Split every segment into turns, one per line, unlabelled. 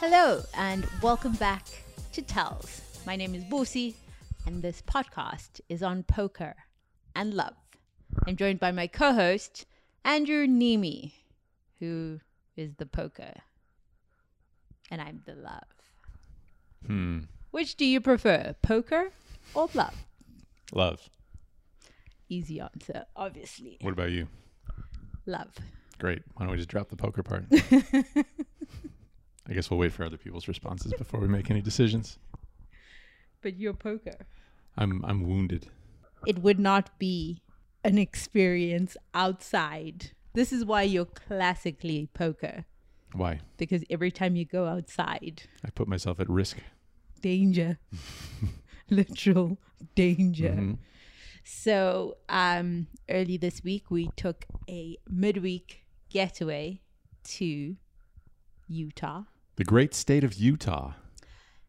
Hello, and welcome back to Tells. My name is Bosi, and this podcast is on poker and love. I'm joined by my co host, Andrew Nemi, who is the poker, and I'm the love.
Hmm.
Which do you prefer, poker or love?
Love.
Easy answer, obviously.
What about you?
Love.
Great. Why don't we just drop the poker part? I guess we'll wait for other people's responses before we make any decisions.
But you're poker.
I'm I'm wounded.
it would not be an experience outside. This is why you're classically poker
Why?
because every time you go outside,
I put myself at risk.
danger, literal danger.
Mhm.
So, um, early this week, we took a midweek getaway to Utah,
The great state of Utah.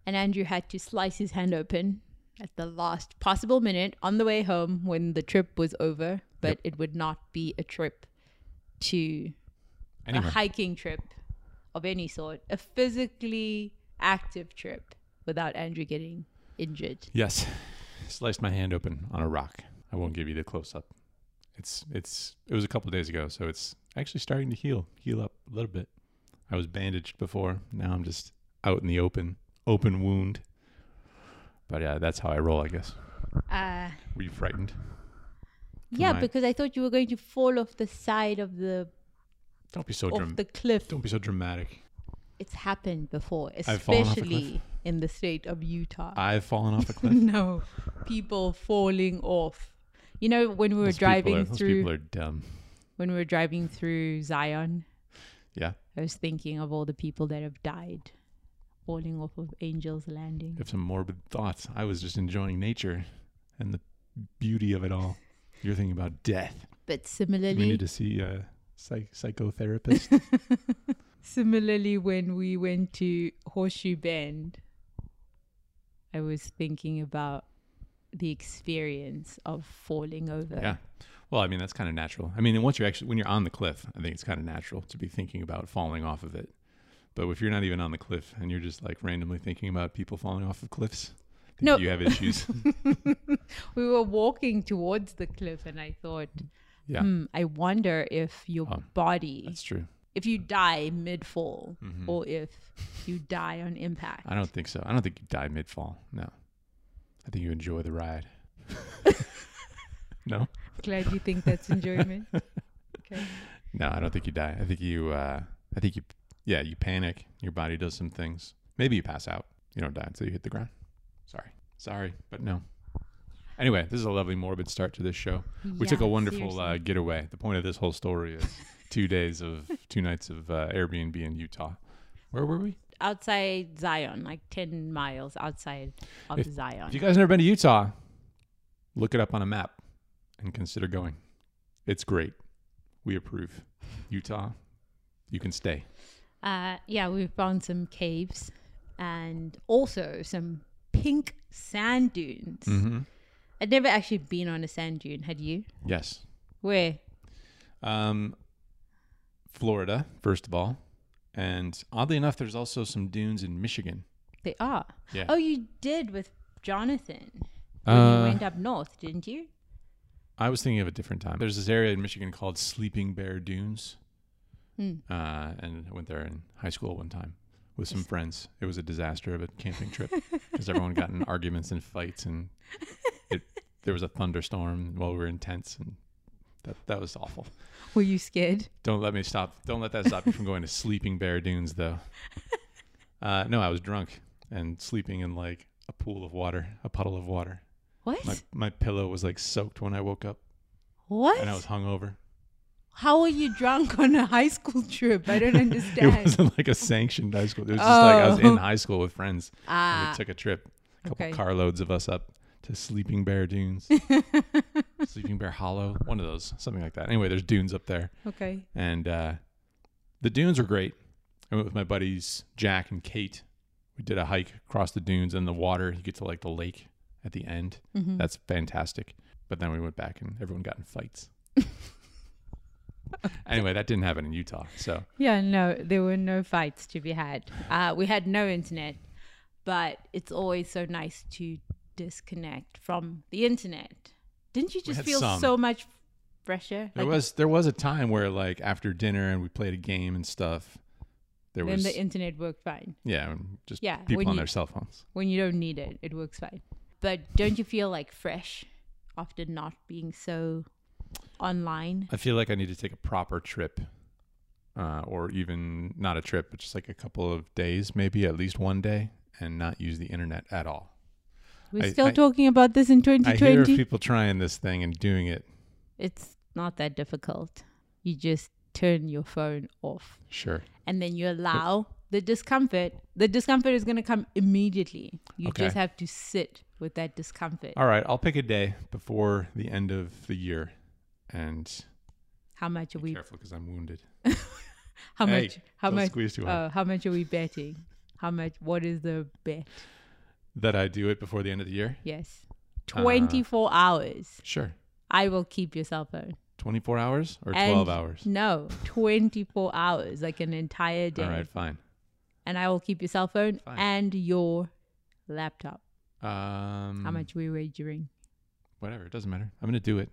and Andrew had to slice his hand open at the last possible minute on the way home when the trip was over, but it would not be a trip to a
Anyway,
hiking trip of any sort, a physically active trip without Andrew getting injured.
yes. Sliced my hand open on a rock. I won't give you the close up. It's it's it was a couple days ago, so it's actually starting to heal, heal up a little bit. I was bandaged before. Now I'm just out in the open, open wound. But yeah, that's how I roll, I guess.
Uh,
Were you frightened?
yeah,
my-
because I thought you were going to fall off the side of the
Don't be so
off
dram-
the cliff.
Don't be so dramatic.
It's happened before,
I've fallen off a cliff.
especially in the state of Utah.
I've fallen off a cliff.
no, people falling off. You know when we were
Those people
driving
are- Those
through
people are dumb.
when we were driving through Zion,
Yeah.
I was thinking of all the people that have died falling off of Angel's Landing.
Have some morbid thoughts. I was just enjoying nature and the beauty of it all. You're thinking about death.
But
We
similarly,
need to see a psych- psychotherapist.
Similarly, when we went to Horseshoe Bend, I was thinking about the experience of falling over.
yeah. Well, I mean that's kind of natural. I mean, and once you're actually when you're on the cliff, I think it's kind of natural to be thinking about falling off of it. But if you're not even on the cliff and you're just like randomly thinking about people falling off of cliffs, I think
No.
you have issues.
We were walking towards the cliff, and I thought,
yeah,
hmm, I wonder if your
Oh,
body,
that's true. Hmm. Mm-hmm.
if you die mid fall, or if you die on impact.
I don't think so. I don't think you die mid fall. No. I think you enjoy the ride. no?
Glad you think that's enjoyment. okay.
No, I don't think you die. I think you uh I think you yeah, you panic. Your body does some things. Maybe you pass out. You don't die until you hit the ground. Sorry. Sorry, but no. Anyway, this is a lovely morbid start to this show. We took
Yeah,
a wonderful
seriously.
uh, getaway. The point of this whole story is two days of two nights of uh, Airbnb in Utah. Where were we?
outside Zion, like 10 miles outside of Zion.
If you guys never been to Utah, look it up on a map and consider going. It's great. We approve. Utah, you can stay.
Uh, yeah, we found some caves and also some pink sand dunes.
Mm-hmm.
I'd never actually been on a sand dune, had you?
Yes.
Where?
Um, Florida, first of all, and oddly enough, there's also some dunes in Michigan.
They are.
Yeah.
Oh, you did with Jonathan when
Uh,
Oh, you went up north, didn't you?
I was thinking of a different time. There's this area in Michigan called Sleeping Bear Dunes.
Hmm.
Uh, and I went there in high school one time with some friends. It was a disaster of a camping trip because everyone got in arguments and fights, and it, there was a thunderstorm while we were in tents, and that, that was awful.
Were you scared?
Don't let me stop. Don't let that stop you from going to Sleeping Bear Dunes, though. Uh, no, I was drunk and sleeping in like a pool of water, a puddle of water.
What?
My my pillow was like soaked when I woke up,
what?
and I was hungover.
How were you drunk on a high school trip? I don't understand.
It wasn't like a sanctioned high school. It was just like I was
Oh.
in high school with friends. and
ah,
we took a trip, a couple
okay.
carloads of us up to Sleeping Bear Dunes, Sleeping Bear Hollow, one of those, something like that. Anyway, there's dunes up there,
okay.
and uh, the dunes were great. I went with my buddies Jack and Kate. We did a hike across the dunes and the water. You get to like the lake at the end. That's fantastic. But then we went back and everyone got in fights. anyway, that didn't happen in Utah. So
Yeah, no, there were no fights to be had. Uh, we had no internet, but it's always so nice to disconnect from the internet. Didn't you just
had
feel
some.
so much fresher?
there was there was a time where like after dinner and we played a game and stuff. There
when
was
the internet worked fine.
yeah, and just
Yeah,
people
when
on
you-
their cell phones.
When you don't need it, it works fine. But don't you feel like fresh after not being so online?
I feel like I need to take a proper trip, uh, or even not a trip, but just like a couple of days, maybe at least one day, and not use the internet at all.
We're
I-
still
I-
talking about this in
I hear of
2020.
people trying this thing and doing it.
It's not that difficult. You just turn your phone off.
Sure.
and then you allow the discomfort. The discomfort is going to come immediately. You
Okay.
just have to sit with that discomfort.
All right, I'll pick a day before the end of the year, and
How much are
be
we?
careful because I'm wounded.
How
Hey,
much? How
don't
much?
squeeze too hard.
Oh, how much are we betting? How much? What is the bet?
That I do it before the end of the year.
Yes,
Uh,
twenty-four hours.
Sure.
I will keep your cell phone.
24 hours or
And-
12 hours?
No, twenty-four hours, like an entire day,
All right, fine.
and I will keep your cell phone
Fine.
and your laptop.
Um,
How much are we wagering?
Whatever, it doesn't matter. I'm going to do it.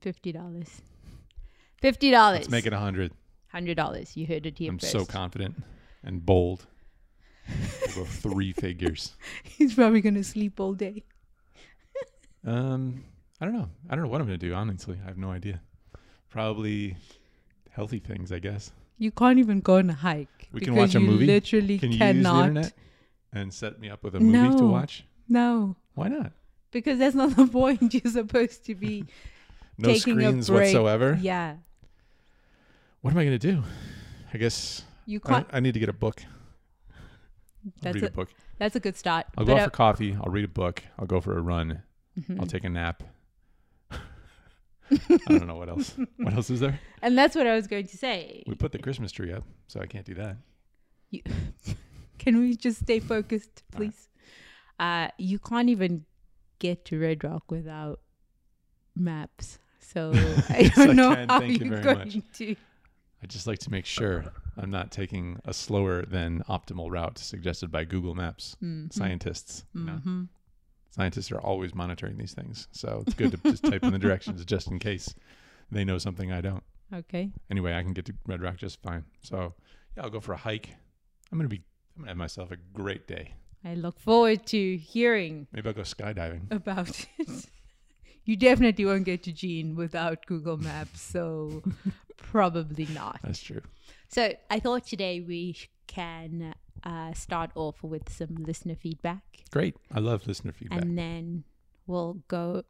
Fifty dollars. Fifty dollars.
Let's make it 100.
hundred dollars. You heard it here
I'm
first.
so confident and bold. We'll go three figures.
He's probably gonna sleep all day.
Um, I don't know. I don't know what I'm going to do, honestly. I have no idea. Probably healthy things, I guess.
You can't even go on a hike.
We can
because
watch a
you
movie?
Literally
Can you use the
cannot.
internet and set me up with a movie to
No.
watch?
No,
Why not?
because that's not the point. You're supposed to be.
No
Taking a
screens
break.
whatsoever.
yeah,
What am I going to do? I guess
you
I,
can't.
I need to get a book. I'll
That's
read a
a,
book.
that's a Mm. good start. uh,
I'll go out for coffee. I'll read a book. I'll go for a run.
mm-hmm.
I'll take a nap. I don't know what else. What else is there?
and that's what I was going to say.
We put the Christmas tree up, so I can't do that.
You, can we just stay focused,
All right.
please? Uh, you can't even get to Red Rock without maps. So I
Yes,
don't
I
know
can.
how
Thank you
you're
very
going
much.
to.
I just like to make sure I'm not taking a slower than optimal route suggested by Google Maps
Mhm.
scientists. you know?
Mhm.
Scientists are always monitoring these things, so it's good to just type in the directions just in case they know something I don't.
Okay.
Anyway, I can get to Red Rock just fine. So yeah, I'll go for a hike. I'm gonna be. I'm gonna have myself a great day.
I look forward to hearing
Maybe I'll go skydiving.
about it. you definitely won't get to Gene without Google Maps, so probably not.
That's true.
So I thought today we sh- can uh, start off with some listener feedback,
Great. I love listener feedback.
and then we'll go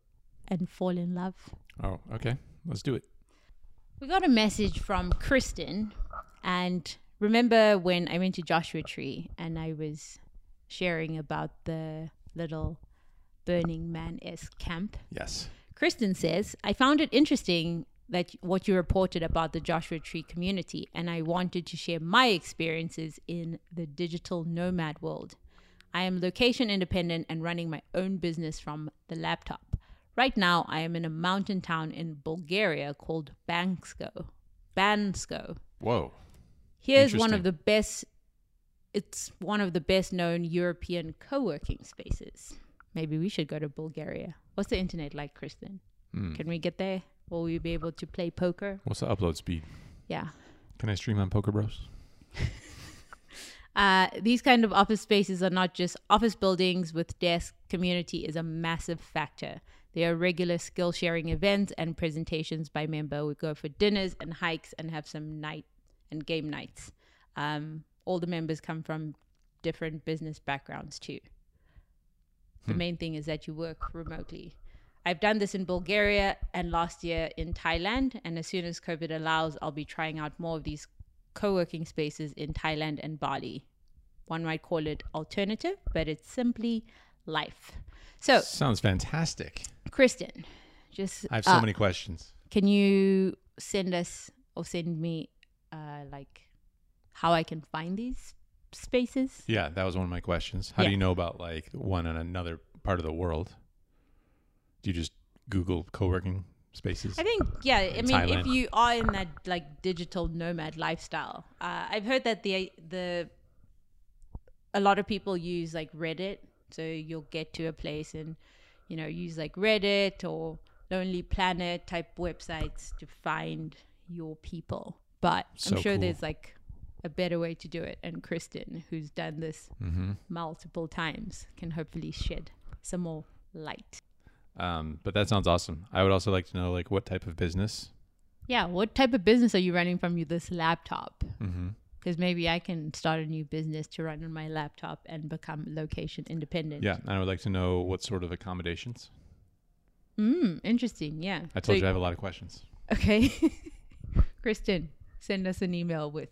and fall in love.
oh, okay. Let's do it.
We got a message from Kristen, and remember when I went to Joshua Tree and I was sharing about the little Burning Man esque camp?
Yes.
Kristen says, I found it interesting that what you reported about the Joshua Tree community, and I wanted to share my experiences in the digital nomad world. I am location independent and running my own business from the laptop. Right now, I am in a mountain town in Bulgaria called Bansko. Bansko.
Whoa.
Here's one
Interesting.
of the best. It's one of the best known European co-working spaces. Maybe we should go to Bulgaria. What's the internet like, Kristen? Can we get there? Will we be able to play poker?
What's the upload speed?
Yeah.
Can I stream on Poker Bros?
Uh, these kind of office spaces are not just office buildings with desks. Community is a massive factor. There are regular skill sharing events and presentations by member. We go for dinners and hikes and have some night and game nights. Um, all the members come from different business backgrounds too. The main thing is that you work remotely. I've done this in Bulgaria and last year in Thailand. And as soon as COVID allows, I'll be trying out more of these co working spaces in Thailand and Bali. One might call it alternative, but it's simply life. So,
Sounds fantastic.
Kristen, just
I have so
uh,
many questions.
can you send us or send me uh, like how I can find these spaces?
Yeah, that was one of my questions. How do
Yeah.
you know about like one in another part of the world? Do you just Google co working spaces.
I think, yeah. I mean, if
Thailand.
you are in that like digital nomad lifestyle, uh, I've heard that the the a lot of people use like Reddit, so you'll get to a place and you know use like Reddit or Lonely Planet type websites to find your people. But
So
I'm sure
cool.
there's like a better way to do it, and Kristen, who's done this
Mm-hmm.
multiple times, can hopefully shed some more light.
Um, but that sounds awesome. I would also like to know like what type of business.
Yeah, what type of business are you running from you this laptop?
Mm-hmm.
Because maybe I can start a new business to run on my laptop and become location independent.
Yeah, and I would like to know what sort of accommodations.
Mm, interesting. Yeah.
I told
So-
you I have a lot of questions.
Okay. Kristen, send us an email with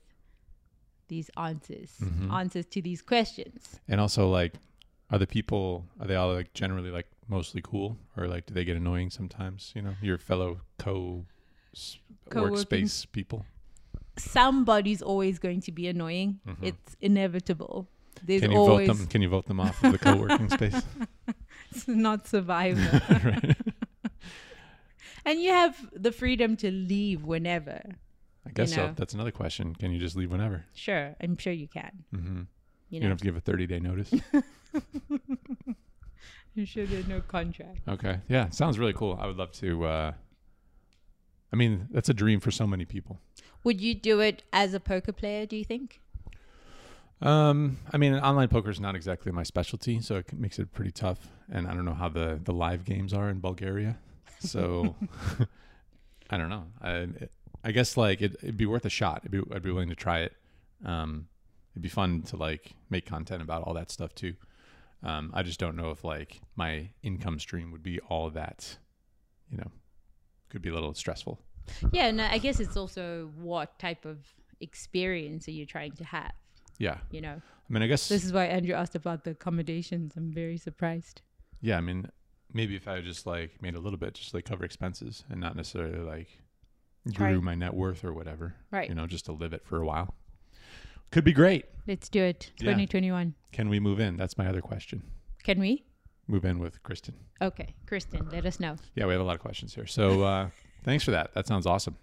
these answers,
Mm-hmm.
answers to these questions.
And also like are the people are they all like generally like mostly cool or like do they get annoying sometimes, you know, your fellow co s-
Co-working.
workspace people?
Somebody's always going to be annoying. It's inevitable. There's
Mm-hmm. Can you
always
vote them can you vote them off of the co-working space?
it's not survivor.
right.
and you have the freedom to leave whenever.
I guess so.
know.
That's another question. Can you just leave whenever?
Sure, I'm sure you can.
Mhm.
You
You
know,
don't have to give a 30-day notice.
I'm sure there's no contract.
Okay. Yeah. it Sounds really cool. I would love to. Uh, I mean, that's a dream for so many people.
Would you do it as a poker player, do you think?
Um, I mean, online poker is not exactly my specialty, so it can- makes it pretty tough. And I don't know how the, the live games are in Bulgaria. So I don't know. I, I guess like it, it'd be worth a shot. It'd be, I'd be willing to try it. Um, it'd be fun to like make content about all that stuff too. Um, I just don't know if like my income stream would be all that, you know, could be a little stressful.
Yeah, no, I guess it's also what type of experience are you trying to have,
Yeah.
you know?
I mean, I guess.
This is why Andrew asked about the accommodations. I'm very surprised.
yeah. I mean, maybe if I just like made a little bit, just like cover expenses and not necessarily like grew
Right.
my net worth or whatever.
Right.
You know, just to live it for a while. Could be great.
Let's do it.
Yeah.
2021.
Can we move in? That's my other question.
Can we?
Move in with Kristen.
Okay, Kristen, let us know.
Yeah, we have a lot of questions here. So uh, thanks for that. That sounds awesome.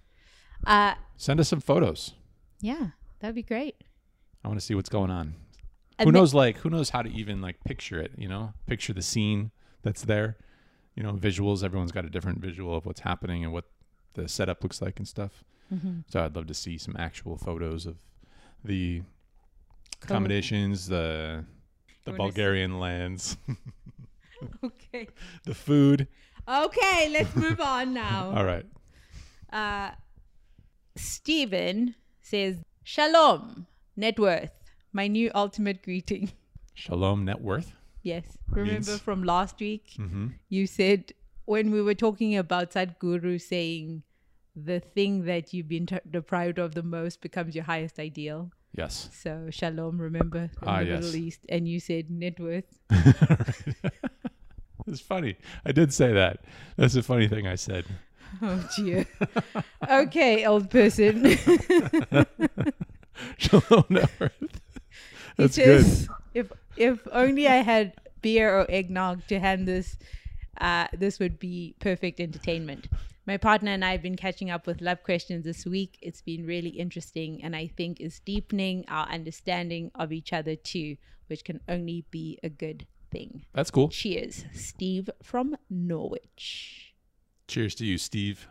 Uh,
Send us some photos.
yeah, that'd be great.
I want to see what's going on.
And
who
the-
knows like who knows how to even like picture it you know picture the scene that's there you know visuals everyone's got a different visual of what's happening and what the setup looks like and stuff
Mm-hmm.
so i'd love to see some actual photos of the accommodations the the
I wanna see-
bulgarian lands
Okay.
the food
Okay, let's move on now.
all right
Uh, Stephen says, Shalom, net worth, my new ultimate greeting.
shalom net worth
Yes. Remember
Means-
from last week,
mm-hmm.
you said when we were talking about Sadhguru saying the thing that you've been t- deprived of the most becomes your highest ideal.
yes
So, shalom, remember, in
Ah,
the
yes.
Middle East. And you said net worth.
it's funny i did say that that's a funny thing i said
Oh, dear. okay, old person.
shalom net worth that's
he
good
says, If if only I had beer or eggnog to hand this, uh, this would be perfect entertainment. My partner and I have been catching up with love questions this week. It's been really interesting, and I think is deepening our understanding of each other too, which can only be a good thing.
that's cool
Cheers, Steve from Norwich.
Cheers to you, Steve.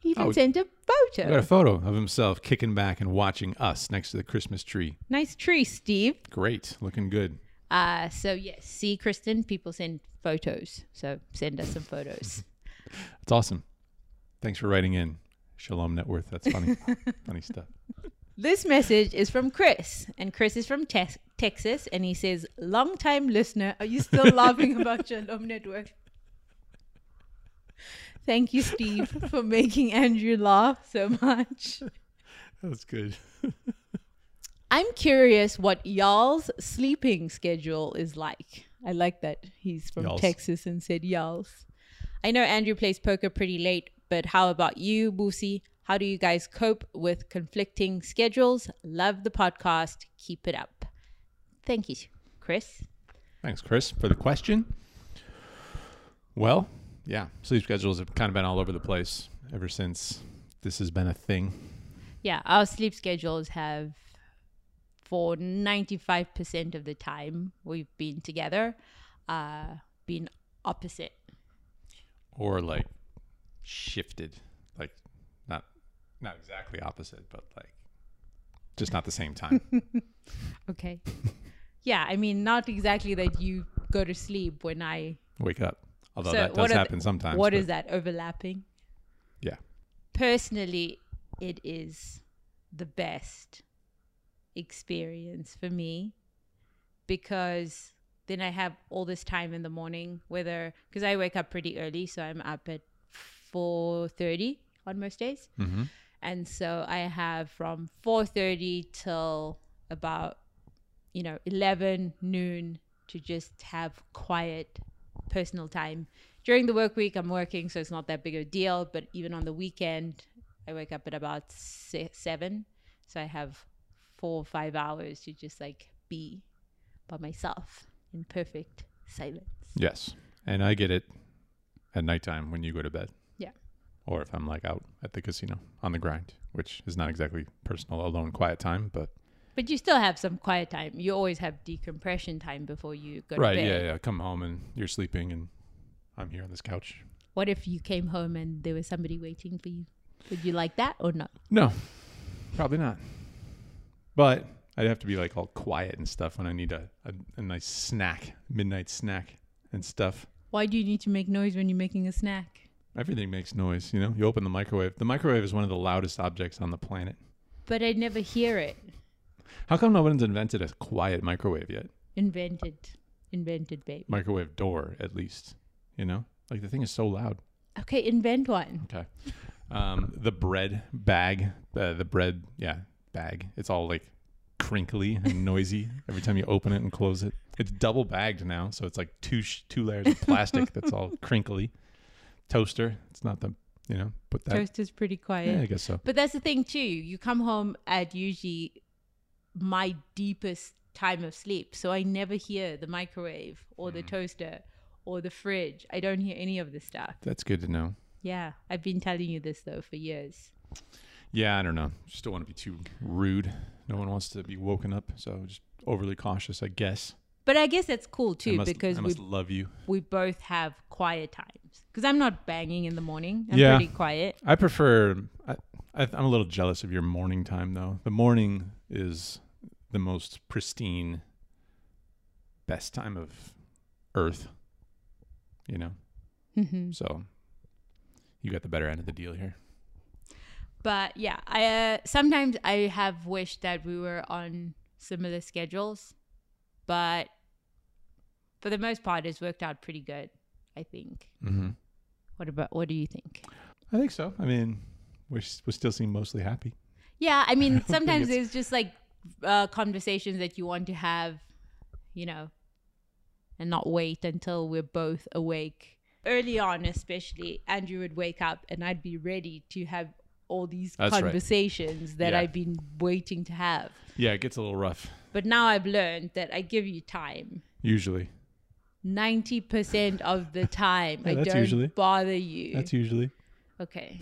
He even
Oh,
sent a
We got
photo.
a photo of himself kicking back and watching us next to the Christmas tree.
Nice tree, Steve.
Great, looking good.
Uh, so yes, see, Kristen, people send photos, so send us some photos.
That's awesome. Thanks for writing in. Shalom net worth. That's funny. funny stuff.
This message is from Chris, and Chris is from Tex Texas, and he says, "Long time listener, are you still laughing about Shalom Network?" Thank you, Steve, for making Andrew laugh so much.
That's good.
I'm curious what y'all's sleeping schedule is like. I like that he's from
Y'all's.
Texas and said y'all's. I know Andrew plays poker pretty late, but how about you, Boosie? How do you guys cope with conflicting schedules? Love the podcast. Keep it up. Thank you, Chris.
Thanks, Chris, for the question. Well, yeah, sleep schedules have kind of been all over the place ever since this has been a thing.
Yeah, our sleep schedules have, for 95% of the time we've been together, uh, been opposite.
Or like shifted, like not not exactly opposite, but like just not the same time.
Okay. yeah, I mean, not exactly that you go to sleep when I.
Wake up. Although
So
that
what
does
are the-
happen sometimes.
what
but
is that? Overlapping?
Yeah.
personally, it is the best experience for me because then I have all this time in the morning. Whether because I wake up pretty early, so I'm up at four thirty on most days,
Mm-hmm.
and so I have from four thirty till about you know eleven noon to just have quiet personal time. During the work week, I'm working, so it's not that big of a deal. But even on the weekend, I wake up at about si seven, so I have four or five hours to just like be by myself in perfect silence.
Yes. And I get it at nighttime when you go to bed.
Yeah.
Or if I'm like out at the casino on the grind, which is not exactly personal alone quiet time, but
But you still have some quiet time. You always have decompression time before you go
right,
to bed.
yeah, yeah. Come home and you're sleeping and I'm here on this couch.
What if you came home and there was somebody waiting for you? Would you like that or not?
No. Probably not. But I'd have to be like all quiet and stuff when I need a, a, a nice snack, midnight snack and stuff.
Why do you need to make noise when you're making a snack?
Everything makes noise, you know? You open the microwave. The microwave is one of the loudest objects on the planet.
But I never hear it.
How come no one's invented a quiet microwave yet?
Invented. Invented, babe.
microwave door at least you know like the thing is so loud
Okay, invent one.
okay um the bread bag uh, the bread yeah bag it's all like crinkly and noisy every time you open it and close it it's double bagged now so it's like two sh- two layers of plastic that's all crinkly toaster it's not the you know put that
Toast is pretty quiet.
yeah i guess so
But that's the thing too. You come home at usually my deepest time of sleep, so I never hear the microwave or
Mm.
the toaster or the fridge. I don't hear any of this stuff.
that's good to know
Yeah, I've been telling you this though for years.
yeah i don't know just don't want to be too rude no one wants to be woken up so just overly cautious i guess
But I guess that's cool
I
too
must,
because
i
we
must love you
we both have quiet times. Because I'm not banging in the morning. I'm
Yeah.
pretty quiet.
I prefer. I, I, I'm a little jealous of your morning time, though. The morning is the most pristine, best time of Earth. You know,
Mhm.
so you got the better end of the deal here.
But yeah, I uh, sometimes I have wished that we were on similar schedules, but for the most part, it's worked out pretty good. I think.
Mm-hmm.
What about what do you think?
I think so. I mean, we s- we still seem mostly happy.
Yeah, I mean,
think
sometimes
it's-
there's just like uh, conversations that you want to have, you know, and not wait until we're both awake. Early on, especially, Andrew would wake up and I'd be ready to have all these
That's right.
conversations that
Yeah.
I've been waiting to have.
Yeah, it gets a little rough
But now I've learned that I give you time.
usually.
90% of the time,
Yeah,
I
that's
don't
usually-
bother you.
That's usually
okay.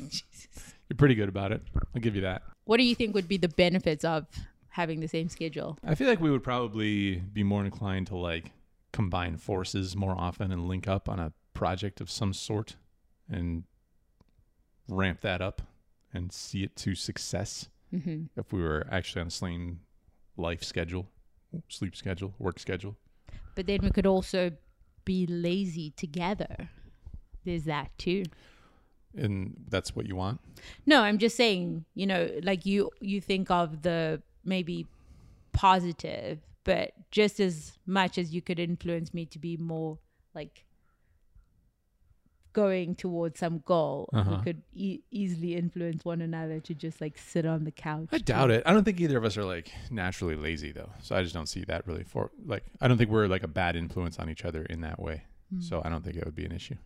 Jesus.
you're pretty good about it. I'll give you that.
What do you think would be the benefits of having the same schedule?
I feel like we would probably be more inclined to like combine forces more often and link up on a project of some sort and ramp that up and see it to success
Mm-hmm.
if we were actually on the same life schedule, sleep schedule, work schedule.
But then we could also be lazy together. There's that too.
And that's what you want.
No, I'm just saying, you know, like you you think of the maybe positive, but just as much as you could influence me to be more like going towards some goal,
Uh-huh.
we could e- easily influence one another to just like sit on the couch.
I doubt it. I don't think either of us are like naturally lazy though. So I just don't see that really for like I don't think we're like a bad influence on each other in that way. So I don't think it would be an issue.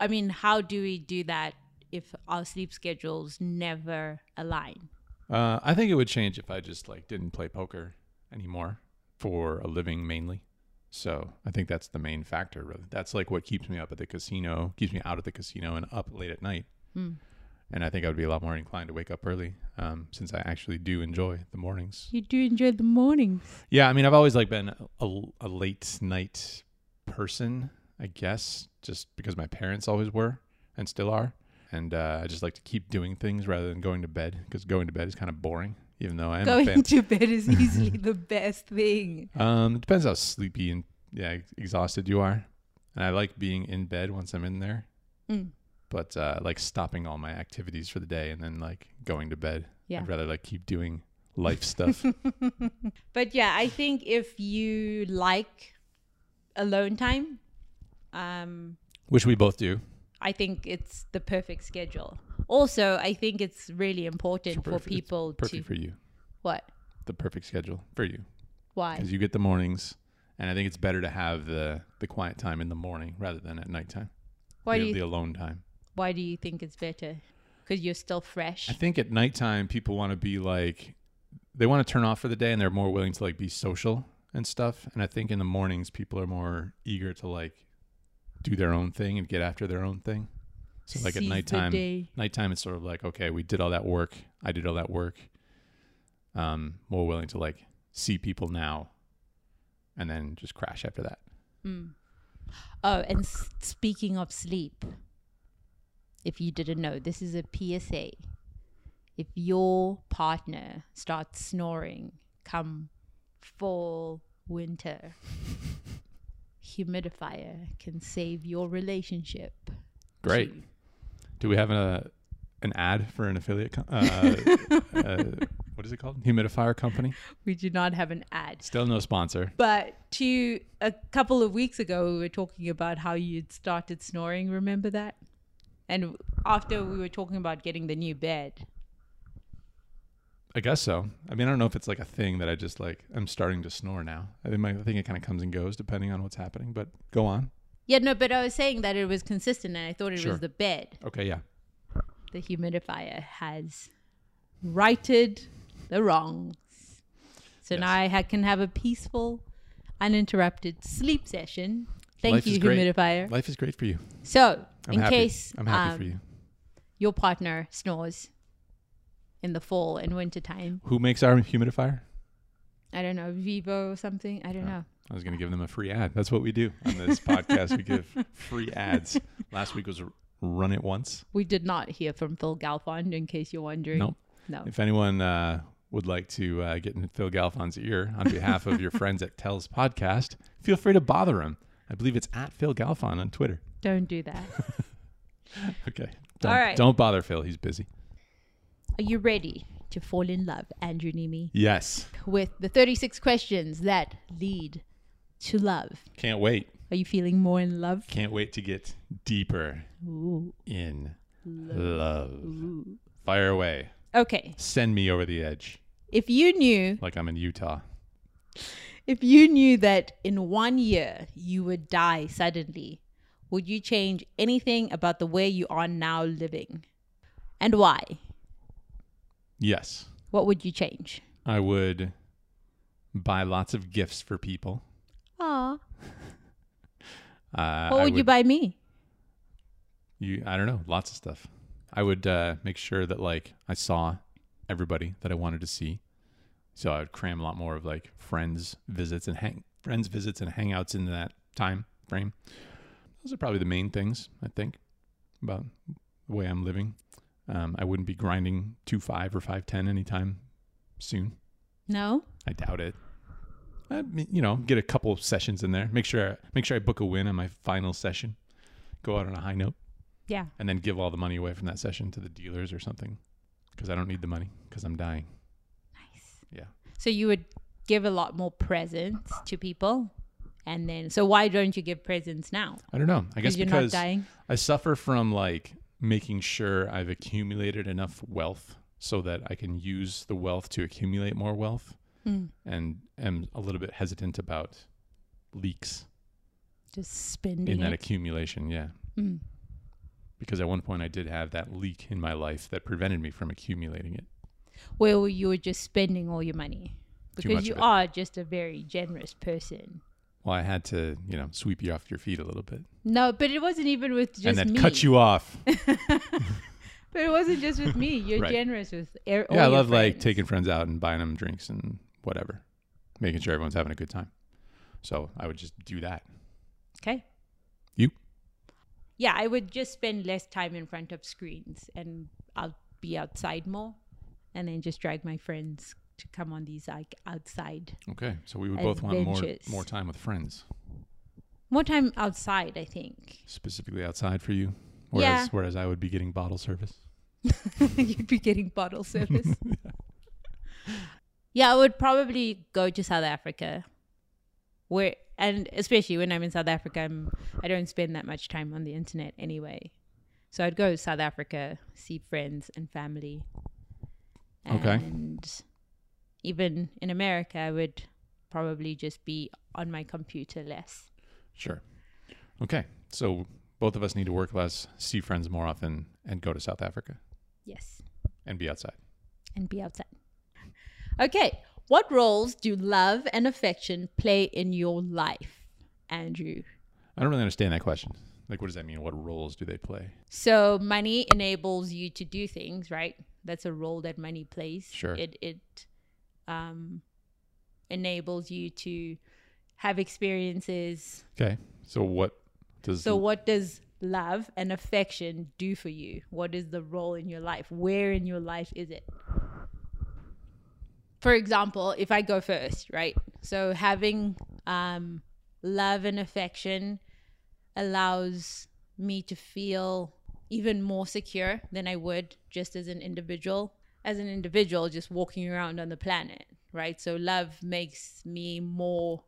I mean, how do we do that if our sleep schedules never align?
Uh, I think it would change if I just like didn't play poker anymore for a living mainly. So I think that's the main factor. Really, that's like what keeps me up at the casino, keeps me out at the casino and up late at night.
Mm.
And I think I would be a lot more inclined to wake up early, um, since I actually do enjoy the mornings.
You do enjoy the mornings.
Yeah, I mean, I've always like been a, a late night person, I guess, just because my parents always were and still are, and uh, I just like to keep doing things rather than going to bed because going to bed is kind of boring. Even though I am a fan
Going to bed is easily the best thing.
Um, it depends how sleepy and yeah, ex- exhausted you are. And I like being in bed once I'm in there,
Mm.
but uh, I like stopping all my activities for the day and then like going to bed.
Yeah.
I'd rather like keep doing life stuff.
But yeah, I think if you like alone time, um,
Which we both do.
I think it's the perfect schedule. Also, I think it's really important
It's
for
perfect- it's
people to
Perfect for you.
what?
The perfect schedule for you
Why?
because you get the mornings, and I think it's better to have the the quiet time in the morning rather than at nighttime.
Why
the,
do you
the alone time?
Why do you think it's better? Because you're still fresh.
I think at nighttime people want to be like they want to turn off for the day and they're more willing to like be social and stuff. And I think in the mornings people are more eager to like do their own thing and get after their own thing. So like
Seize
at
the
nighttime
day.
nighttime it's sort of like, okay, we did all that work. I did all that work. Um, more willing to like see people now and then just crash after that.
Oh, and s- speaking of sleep, if you didn't know, this is a PSA. If your partner starts snoring come fall, winter, humidifier can save your relationship.
Great.
too.
Do we have a an ad for an affiliate? Co- uh, uh, what is it called? Humidifier company.
We do not have an ad.
Still no sponsor.
But to a couple of weeks ago, we were talking about how you'd started snoring. Remember that? And after we were talking about getting the new bed,
I guess so. I mean, I don't know if it's like a thing that I just like. I'm starting to snore now. I think my, I think it kind of comes and goes depending on what's happening. But go on.
Yeah, no, but I was saying that it was consistent and I thought it
Sure.
was the bed.
Okay, yeah.
The humidifier has righted the wrongs. So now I ha- can have a peaceful, uninterrupted sleep session. Thank
Life
you,
is great.
humidifier.
Life is great for you.
So,
I'm
in
happy.
case
I'm happy
um,
for you.
your partner snores in the fall and winter time,
Who makes our humidifier?
I don't know, Vivo or something, I don't know.
I was going to give them a free ad. That's what we do on this podcast. We give free ads. Last week was run it once.
We did not hear from Phil Galfond, in case you're wondering.
Nope.
No.
If anyone uh, would like to uh, get in Phil Galfond's ear on behalf of your friends at Tells Podcast, feel free to bother him. I believe it's at Phil Galfond on Twitter.
Don't do that.
Okay. Don't,
right.
don't bother Phil. He's busy.
Are you ready to fall in love, Andrew Nimi?
Yes.
with the 36 questions that lead to love.
Can't wait.
Are you feeling more in love?
Can't wait to get deeper
Ooh.
in love. Fire away.
Okay.
Send me over the edge
If you knew,
like I'm in Utah.
if you knew that in one year you would die suddenly, would you change anything about the way you are now living? And why?
Yes.
What would you change?
I would buy lots of gifts for people.
Aw.
Uh,
What
I
would, you buy me?
You, I don't know, lots of stuff. I would uh, make sure that like I saw everybody that I wanted to see, so I would cram a lot more of like friends visits and hang friends visits and hangouts into that time frame. Those are probably the main things I think about the way I'm living. Um, I wouldn't be grinding two five or five ten anytime soon.
No?
I doubt it. I mean, you know, get a couple sessions in there. Make sure make sure I book a win on my final session. Go out on a high note
Yeah.
and then give all the money away from that session to the dealers or something because I don't need the money because I'm dying.
Nice.
Yeah.
So you would give a lot more presents to people. And then, so why don't you give presents now?
I don't know. I
Because
guess
you're not
because
dying.
I suffer from like making sure I've accumulated enough wealth so that I can use the wealth to accumulate more wealth
Mm.
and am a little bit hesitant about leaks
Just spending
in that
it.
accumulation. Yeah.
Mm.
Because at one point I did have that leak in my life that prevented me from accumulating it.
where you were just spending all your money
much
because you
of it.
are just a very generous person.
Well, I had to, you know, sweep you off your feet a little bit,
No, but it wasn't even with just
and then
me.
cut you off.
But it wasn't just with me. You're
Right.
generous with er- all
yeah, I
your
love like
friends.
taking friends out and buying them drinks and whatever, making sure everyone's having a good time. So I would just do that.
Okay.
You?
Yeah, I would just spend less time in front of screens and I'll be outside more and then just drag my friends to come on these like outside.
Okay, so we would both want more
Adventures.
more time with friends,
More time outside, I think.
specifically outside for you. Whereas
Yeah.
whereas I would be getting bottle service.
You'd be getting bottle service. yeah, I would probably go to South Africa. Where and especially when I'm in South Africa, I'm I don't spend that much time on the internet anyway. So I'd go to South Africa, see friends and family.
Okay.
And even in America, I would probably just be on my computer less.
Sure. Okay, so both of us need to work less, see friends more often, and go to South Africa
Yes.
and be outside.
and be outside. Okay, what roles do love and affection play in your life, Andrew?
I don't really understand that question. Like, what does that mean? What roles do they play?
So money enables you to do things, right? That's a role that money plays.
Sure.
It it um, enables you to have experiences.
Okay, so what does
So what does love and affection do for you? What is the role in your life? Where in your life is it? For example, if I go first, right? So having um, love and affection allows me to feel even more secure than I would just as an individual. As an individual, just walking around on the planet, right? So love makes me more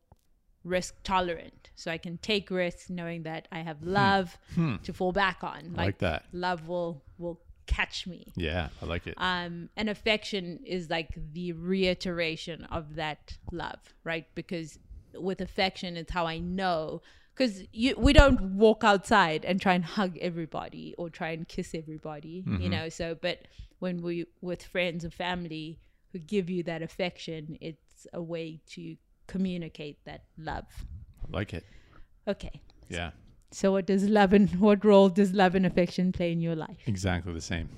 risk tolerant. So I can take risks knowing that I have love to fall back on.
Hmm. I like that.
Love will will catch me.
Yeah, I like it.
Um, and affection is like the reiteration of that love, right? Because with affection, it's how I know. Because we don't walk outside and try and hug everybody or try and kiss everybody, you know. So, but when we with friends and family who give you that affection, it's a way to communicate that love.
I like it.
Okay.
Yeah,
So, what does love and what role does love and affection play in your life?
exactly the same.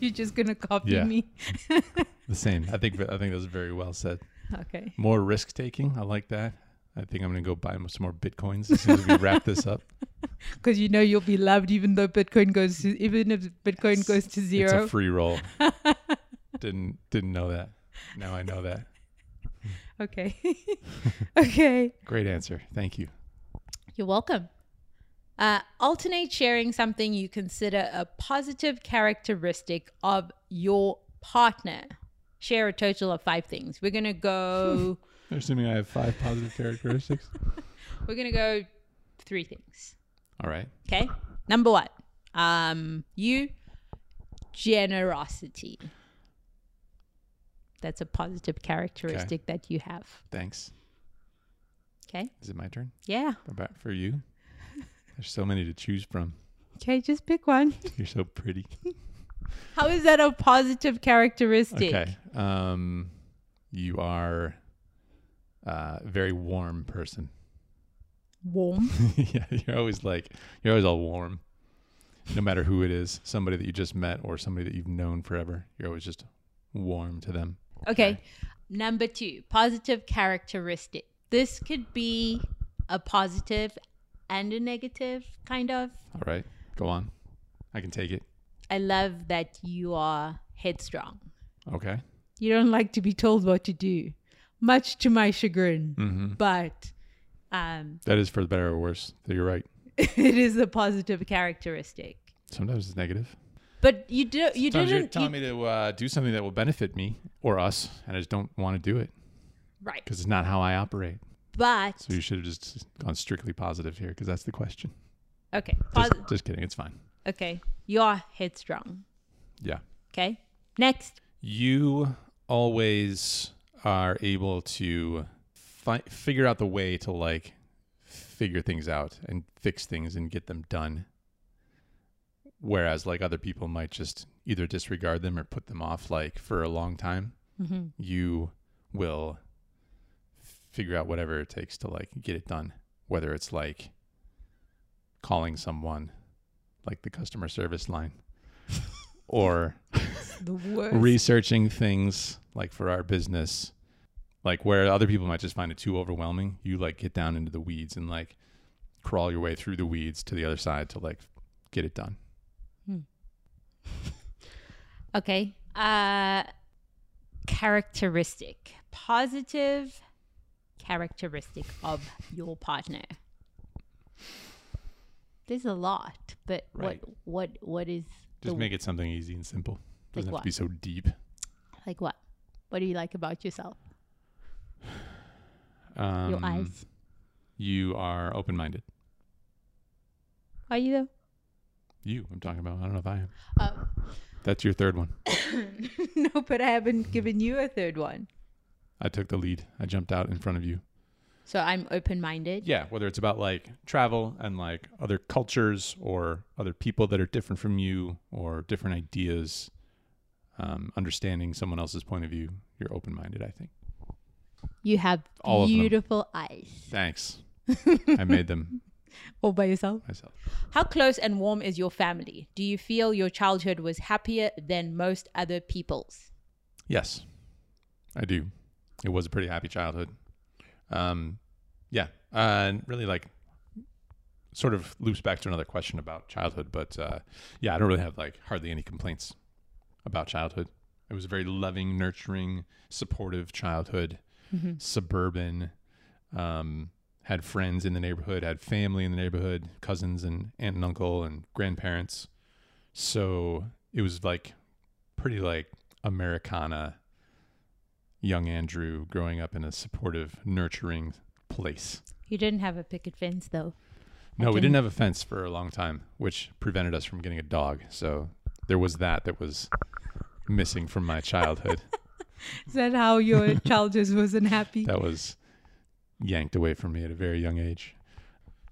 You're just gonna copy
Yeah.
me,
The same. I think I think that's very well said.
okay?
More risk taking. I like that. I think I'm gonna go buy some more bitcoins as soon as we wrap this up.
because you know you'll be loved even though bitcoin goes to, even if bitcoin goes to
It's
zero
a free roll. didn't didn't know that. Now I know that.
okay okay
Great answer. Thank you.
you're welcome uh, alternate sharing something you consider a positive characteristic of your partner share a total of five things we're gonna go
You're assuming I have five positive characteristics.
we're gonna go three things
All right.
okay number one um you generosity that's a positive characteristic that you have
Thanks.
okay
Is it my turn?
Yeah.
About for you. There's so many to choose from.
Okay, just pick one.
You're so pretty.
How is that a positive characteristic?
Okay. Um, you are uh, a very warm person.
Warm.
yeah, you're always like you're always all warm, no matter who it is. Somebody that you just met or somebody that you've known forever. You're always just warm to them.
Okay. Number two, positive characteristic. This could be a positive and a negative, kind of.
All right, go on. I can take it.
I love that you are headstrong.
Okay.
You don't like to be told what to do, much to my chagrin.
Mm-hmm.
But um,
That is for the better or worse. You're right.
it is a positive characteristic.
Sometimes it's negative.
But you do you
Sometimes you're
didn't you-
telling me to uh, do something that will benefit me or us, and I just don't want to do it
right.
because it's not how I operate.
But
So you should have just gone strictly positive here because that's the question.
okay,
Just,
posi-
just kidding. It's fine.
okay. You are headstrong.
Yeah.
Okay. Next.
You always are able to fi- figure out the way to like figure things out and fix things and get them done. Whereas like other people might just either disregard them or put them off like for a long time. You will figure out whatever it takes to like get it done. Whether it's like calling someone, like the customer service line, or
The worst.
researching things like for our business, like where other people might just find it too overwhelming. You like get down into the weeds and like crawl your way through the weeds to the other side to like get it done.
okay. Uh, characteristic. Positive characteristic of your partner. There's a lot, but
Right.
what what what is
Just
the-
make it something easy and simple. Doesn't
Like
have to be so deep.
like what? What do you like about yourself?
Um,
Your eyes.
You are open minded.
Are you though?
You, I'm talking about. I don't know if I am.
Oh.
That's your third one.
no, but I haven't given you a third one.
I took the lead. I jumped out in front of you.
So I'm open minded.
Yeah, whether it's about like travel and like other cultures or other people that are different from you or different ideas, um, understanding someone else's point of view, you're open minded, I think.
You have
All of them.
beautiful eyes.
Thanks. I made them
All by yourself.
myself.
How close and warm is your family? Do you feel your childhood was happier than most other people's?
Yes, I do. It was a pretty happy childhood. Um, yeah, uh, and really like sort of loops back to another question about childhood, but uh, yeah, I don't really have like hardly any complaints about childhood. It was a very loving, nurturing, supportive childhood, suburban. Um, had friends in the neighborhood, had family in the neighborhood, cousins and aunt and uncle and grandparents. So it was like pretty like Americana young Andrew growing up in a supportive, nurturing place.
You didn't have a picket fence though.
No, we
didn't-
didn't have a fence for a long time, which prevented us from getting a dog. So there was that that was missing from my childhood.
Is that how your childhood wasn't happy?
that was yanked away from me at a very young age.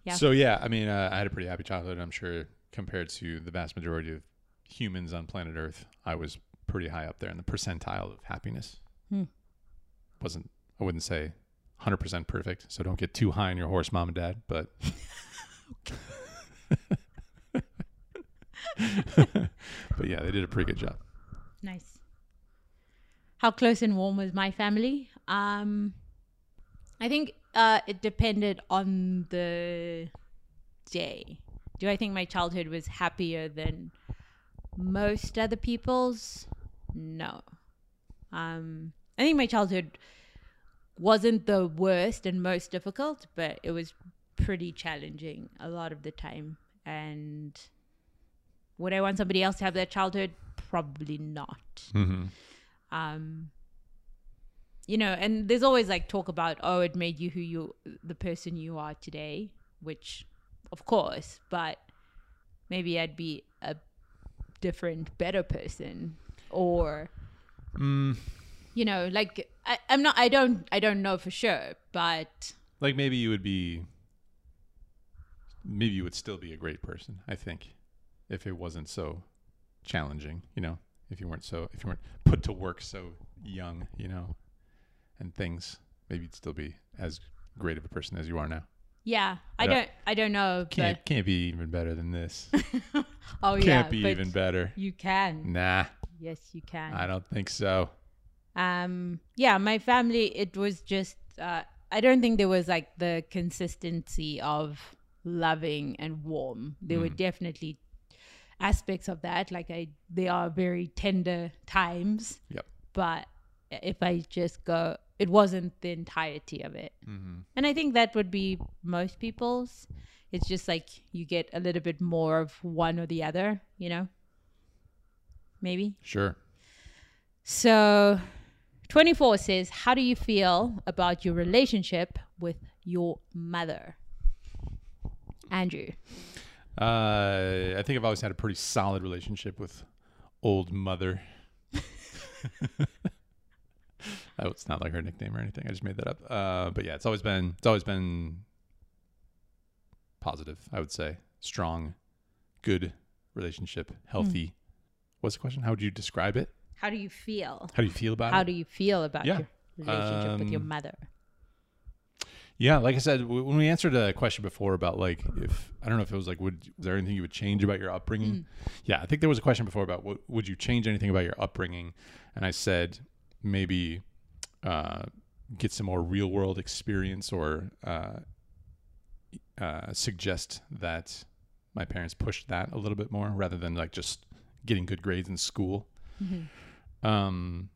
Yeah.
So yeah, I mean, uh, I had a pretty happy childhood. I'm sure compared to the vast majority of humans on planet Earth, I was pretty high up there in the percentile of happiness.
Hmm.
wasn't I wouldn't say 100% perfect, so don't get too high on your horse, mom and dad. But but yeah, they did a pretty good job.
Nice. How close and warm was my family? Um, I think uh, it depended on the day. Do I think my childhood was happier than most other people's? No. Um, I think my childhood wasn't the worst and most difficult, but it was pretty challenging a lot of the time. And would I want somebody else to have their childhood? Probably not
Mm-hmm.
um you know and there's always like talk about oh it made you who you the person you are today which of course but maybe i'd be a different better person or you know like I, i'm not i don't i don't know for sure but
like maybe you would be maybe you would still be a great person i think if it wasn't so challenging you know if you weren't so if you weren't put to work so young you know and things maybe you'd still be as great of a person as you are now
yeah i,
I
don't,
don't-
i don't know
can't can't be even better than this
but oh yeah
can't be
but
even better
you can
nah
yes you can
i don't think so
um yeah my family it was just uh i don't think there was like the consistency of loving and warm there
Mm.
were definitely aspects of that like i they are very tender times
Yep.
but if i just go it wasn't the entirety of it
mm-hmm.
and i think that would be most people's it's just like you get a little bit more of one or the other you know maybe
sure
so, 24 says, How do you feel about your relationship with your mother? Andrew.
Uh, I think I've always had a pretty solid relationship with old mother. oh, it's not like her nickname or anything. I just made that up. Uh, but yeah, it's always been it's always been positive. I would say strong, good relationship, healthy. What's the question? How would you describe it?
How do you feel?
How do you feel about
How
it?
do you feel about
Uh, Yeah.
your relationship with your
Um,
mother?
Yeah, like I said, w- when we answered a question before about like if I don't know if it was like would was there anything you would change about your upbringing? Yeah, I think there was a question before about what would you change anything about your upbringing, and I said maybe uh, get some more real world experience or uh, uh, suggest that my parents pushed that a little bit more rather than like just getting good grades in school.
Mm-hmm.
Um,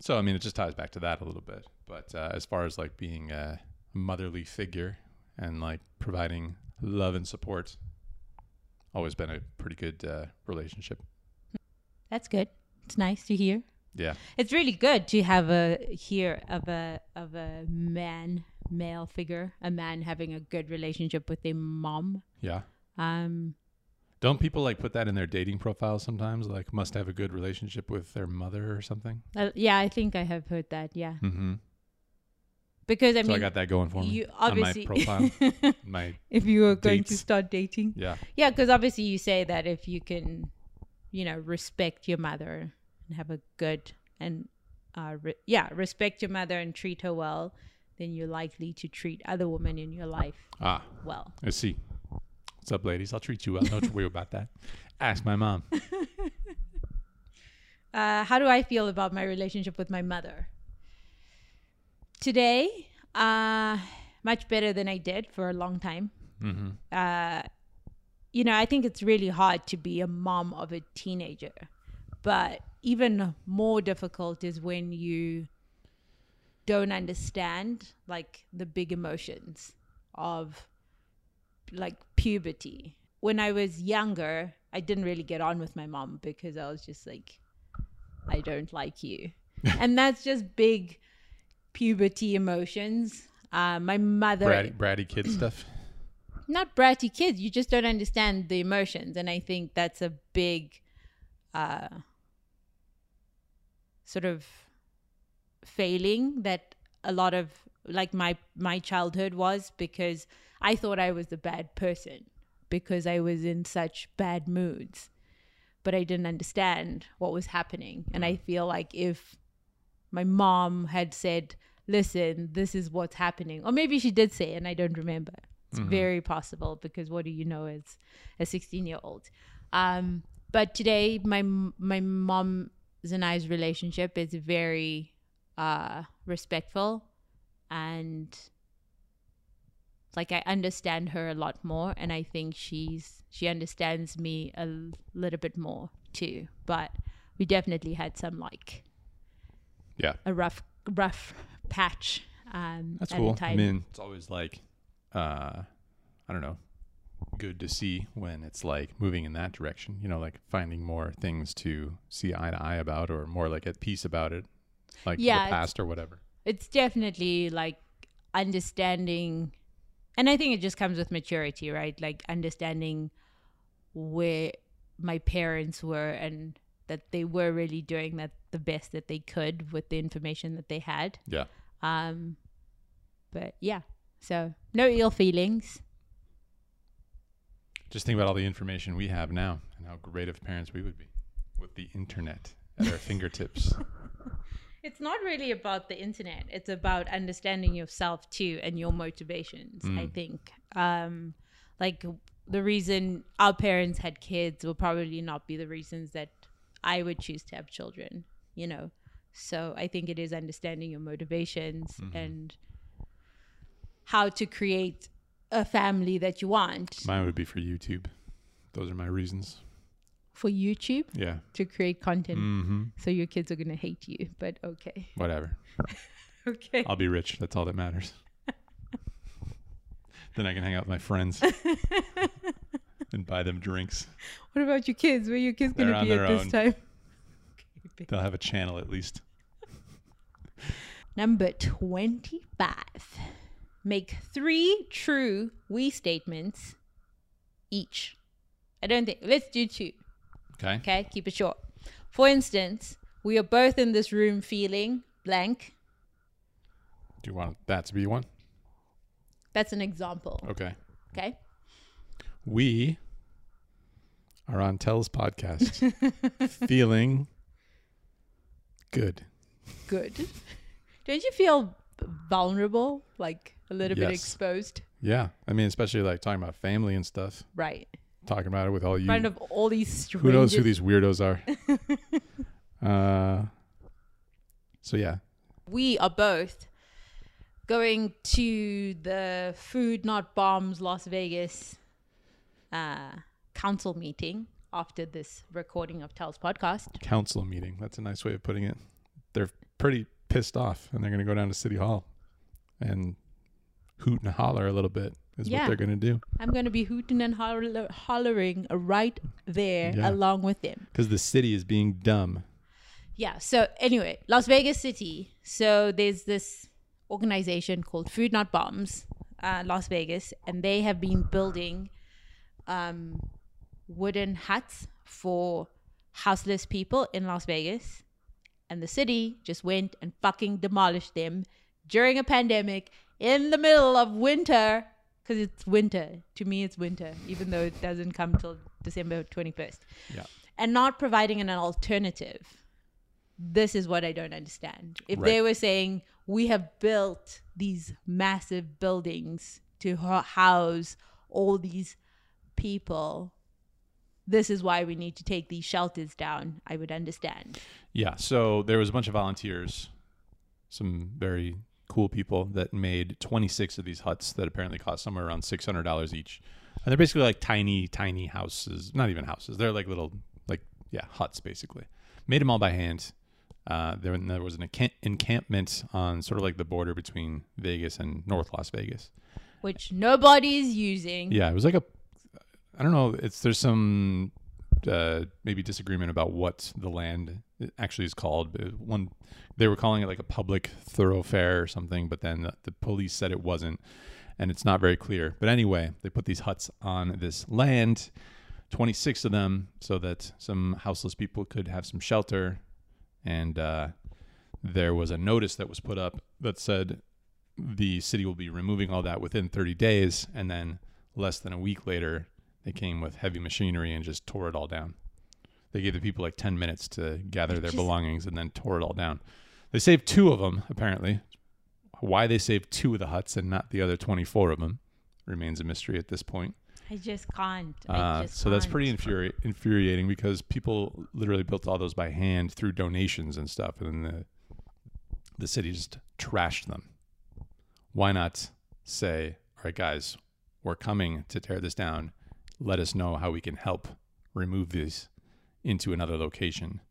so I mean, it just ties back to that a little bit. But uh, as far as like being a motherly figure and like providing love and support, always been a pretty good uh, relationship.
That's good. It's nice to hear.
Yeah,
It's really good to have a hear of a of a man male figure, a man having a good relationship with a mom.
yeah.
Um,
Don't people like put that in their dating profile sometimes? Like, must have a good relationship with their mother or something.
uh, yeah, I think I have heard that. Yeah,
Mm-hmm.
because I
so
mean,
I got that going for me
you
on my
obviously
profile. my
if you were going to
Dates.
start dating,
yeah,
yeah, because obviously you say that if you can, you know, respect your mother and have a good and uh, re- yeah, respect your mother and treat her well, then you're likely to treat other women in your life
ah,
well.
I see. What's up, ladies? I'll treat you well. Don't worry about that. Ask my mom.
uh, how do I feel about my relationship with my mother? Today, uh, much better than I did for a long time.
Mm-hmm.
Uh, you know, I think it's really hard to be a mom of a teenager, but even more difficult is when you don't understand like the big emotions of like puberty. When I was younger, I didn't really get on with my mom because I was just like, I don't like you. and that's just big puberty emotions. Uh, my mother
Bratty, bratty kid stuff.
not bratty kids. You just don't understand the emotions, and I think that's a big, uh, sort of failing that a lot of like my my childhood was because I thought I was the bad person because I was in such bad moods, but I didn't understand what was happening, and I feel like if my mom had said, "Listen, this is what's happening," or maybe she did say, and I don't remember. It's
Mm-hmm.
very possible because what do you know as a 16 year old? Um, but today, my my mom's and I's relationship is very uh, respectful, and like I understand her a lot more, and I think she's she understands me a l- little bit more too. But we definitely had some like
Yeah.
a rough rough patch. Um,
That's
at the
cool. I
time.
mean, it's always like, uh, I don't know, good to see when it's like moving in that direction, you know, like finding more things to see eye to eye about or more like at peace about it, like
Yeah,
the
it's-
past or whatever.
it's definitely like understanding and i think it just comes with maturity right like understanding where my parents were and that they were really doing that the best that they could with the information that they had
Yeah.
um but yeah so no ill feelings
Just think about all the information we have now and how great of parents we would be with the internet at our fingertips.
it's not really about the internet it's about understanding yourself too and your motivations i think um like the reason our parents had kids will probably not be the reasons that i would choose to have children you know so i think it is understanding your motivations and how to create a family that you want
Mine would be for YouTube. Those are my reasons.
for youtube
Yeah.
to create content
Mm-hmm.
so your kids are going to hate you but okay
Whatever.
okay
I'll be rich. That's all that matters. then I can hang out with my friends and buy them drinks.
What about your kids? Where are your kids going
They're
to
on
be at
their
this time?
own. They'll have a channel at least.
Number 25. Make three true we statements each. I don't think, let's do two.
Okay.
Okay, keep it short. For instance, we are both in this room feeling blank.
Do you want that to be one?
That's an example.
Okay.
Okay.
We are on Tell's podcast feeling good.
Good. Don't you feel vulnerable? Like, a little bit
Yes.
exposed.
Yeah. I mean, especially like talking about family and stuff,
Right.
talking about it with all you.
In front of all these
who
strangers.
knows who these weirdos are? uh, so yeah,
we are both going to the Food Not Bombs Las Vegas uh, council meeting after this recording of Tells podcast.
council meeting. That's a nice way of putting it. They're pretty pissed off, and they're going to go down to City Hall and hoot and holler a little bit. Is
Yeah.
what they're going to do
I'm going to be hooting and holler- hollering right there
Yeah.
along with them.
because the city is being dumb.
Yeah. So, anyway, Las Vegas City. So, there's this organization called Food Not Bombs uh, Las Vegas, and they have been building um, wooden huts for houseless people in Las Vegas. And the city just went and fucking demolished them during a pandemic in the middle of winter. Because it's winter. To me, it's winter, even though it doesn't come till December 21st.
Yeah.
And not providing an alternative. This is what I don't understand. If they
Right.
were saying, we have built these massive buildings to ho- house all these people. This is why we need to take these shelters down. I would understand.
Yeah, so there was a bunch of volunteers, some very cool people that made 26 of these huts that apparently cost somewhere around $600 each. And they're basically like tiny, tiny houses, not even houses. They're like little, like, yeah, huts basically. Made them all by hand. Uh, there, there was an encamp- encampment on sort of like the border between Vegas and North Las Vegas.
Which nobody is using.
Yeah, it was like a. I don't know. It's there's some uh, maybe disagreement about what the land actually is called. But One they were calling it like a public thoroughfare or something, but then the, the police said it wasn't, and it's not very clear. But anyway, they put these huts on this land, 26 of them, so that some houseless people could have some shelter, and uh, there was a notice that was put up that said the city will be removing all that within 30 days. And then less than a week later, they came with heavy machinery and just tore it all down. They gave the people like 10 minutes to gather their
Just-
belongings and then tore it all down. They saved two of them, apparently. Why they saved two of the huts and not the other 24 of them remains a mystery at this point.
I just can't. I
Uh,
just
so that's
can't.
pretty infuri- infuriating because people literally built all those by hand through donations and stuff, and then the the city just trashed them. Why not say, "All right, guys, we're coming to tear this down. Let us know how we can help remove these into another location."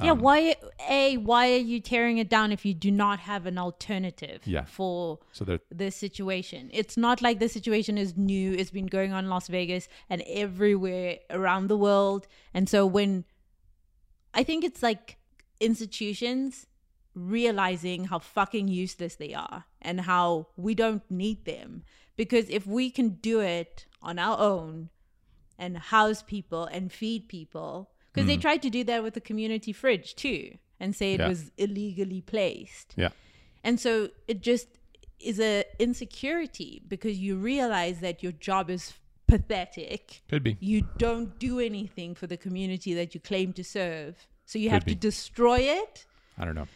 yeah.
Um,
Why? A. Why are you tearing it down if you do not have an alternative?
Yeah.
For
So they're
this situation. It's not like this situation is new. It's been going on in Las Vegas and everywhere around the world. And so when I think it's like institutions realizing how fucking useless they are and how we don't need them. Because if we can do it on our own and house people and feed people, because they tried to do that with the community fridge too and say it
Yeah.
was illegally placed.
yeah,
And so it just is a insecurity because you realize that your job is pathetic.
could be.
You don't do anything for the community that you claim to serve. So you have
Could
to
be.
destroy it.
I don't know.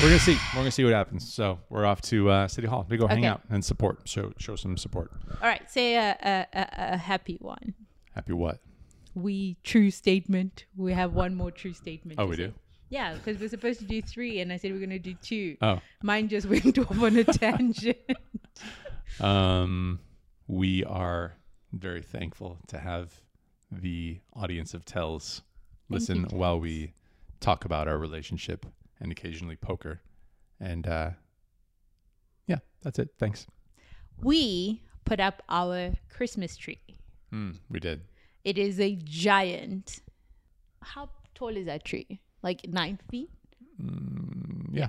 We're gonna see. We're gonna see what happens. So we're off to uh, City Hall. We go hang
Okay.
out and support. Show show some support.
All right, say a, a, a, a happy one.
Happy what?
We true statement. We have one more true statement.
Oh,
to
we
say.
do?
Yeah, because we're supposed to do three, and I said we're going to do two.
Oh,
Mine just went off on a tangent.
Um, we are very thankful to have the audience of Tells listen while we talk about our relationship and occasionally poker. And uh, yeah, that's it. Thanks.
we put up our Christmas tree.
we did.
It is a giant. How tall is that tree? Like nine feet?
Yeah.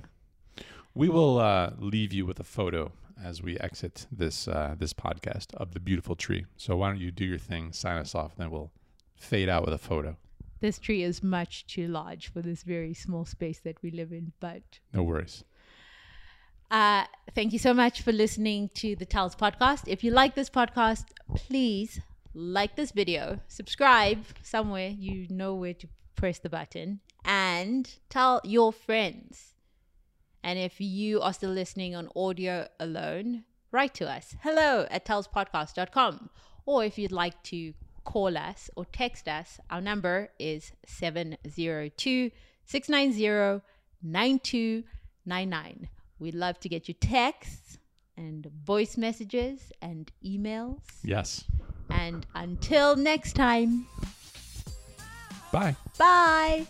We will uh, leave you with a photo as we exit this uh, this podcast of the beautiful tree. So why don't you do your thing, sign us off, and then we'll fade out with a photo.
This tree is much too large for this very small space that we live in. But
No worries.
uh, thank you so much for listening to the Tells podcast. If you like this podcast, please like this video, subscribe somewhere. You know where to press the button, and tell your friends. And if you are still listening on audio alone, write to us hello at tellspodcast.com. Or if you'd like to call us or text us, our number is 702 690 9299. We'd love to get your texts and voice messages and emails.
Yes.
And until next time,
Bye.
bye.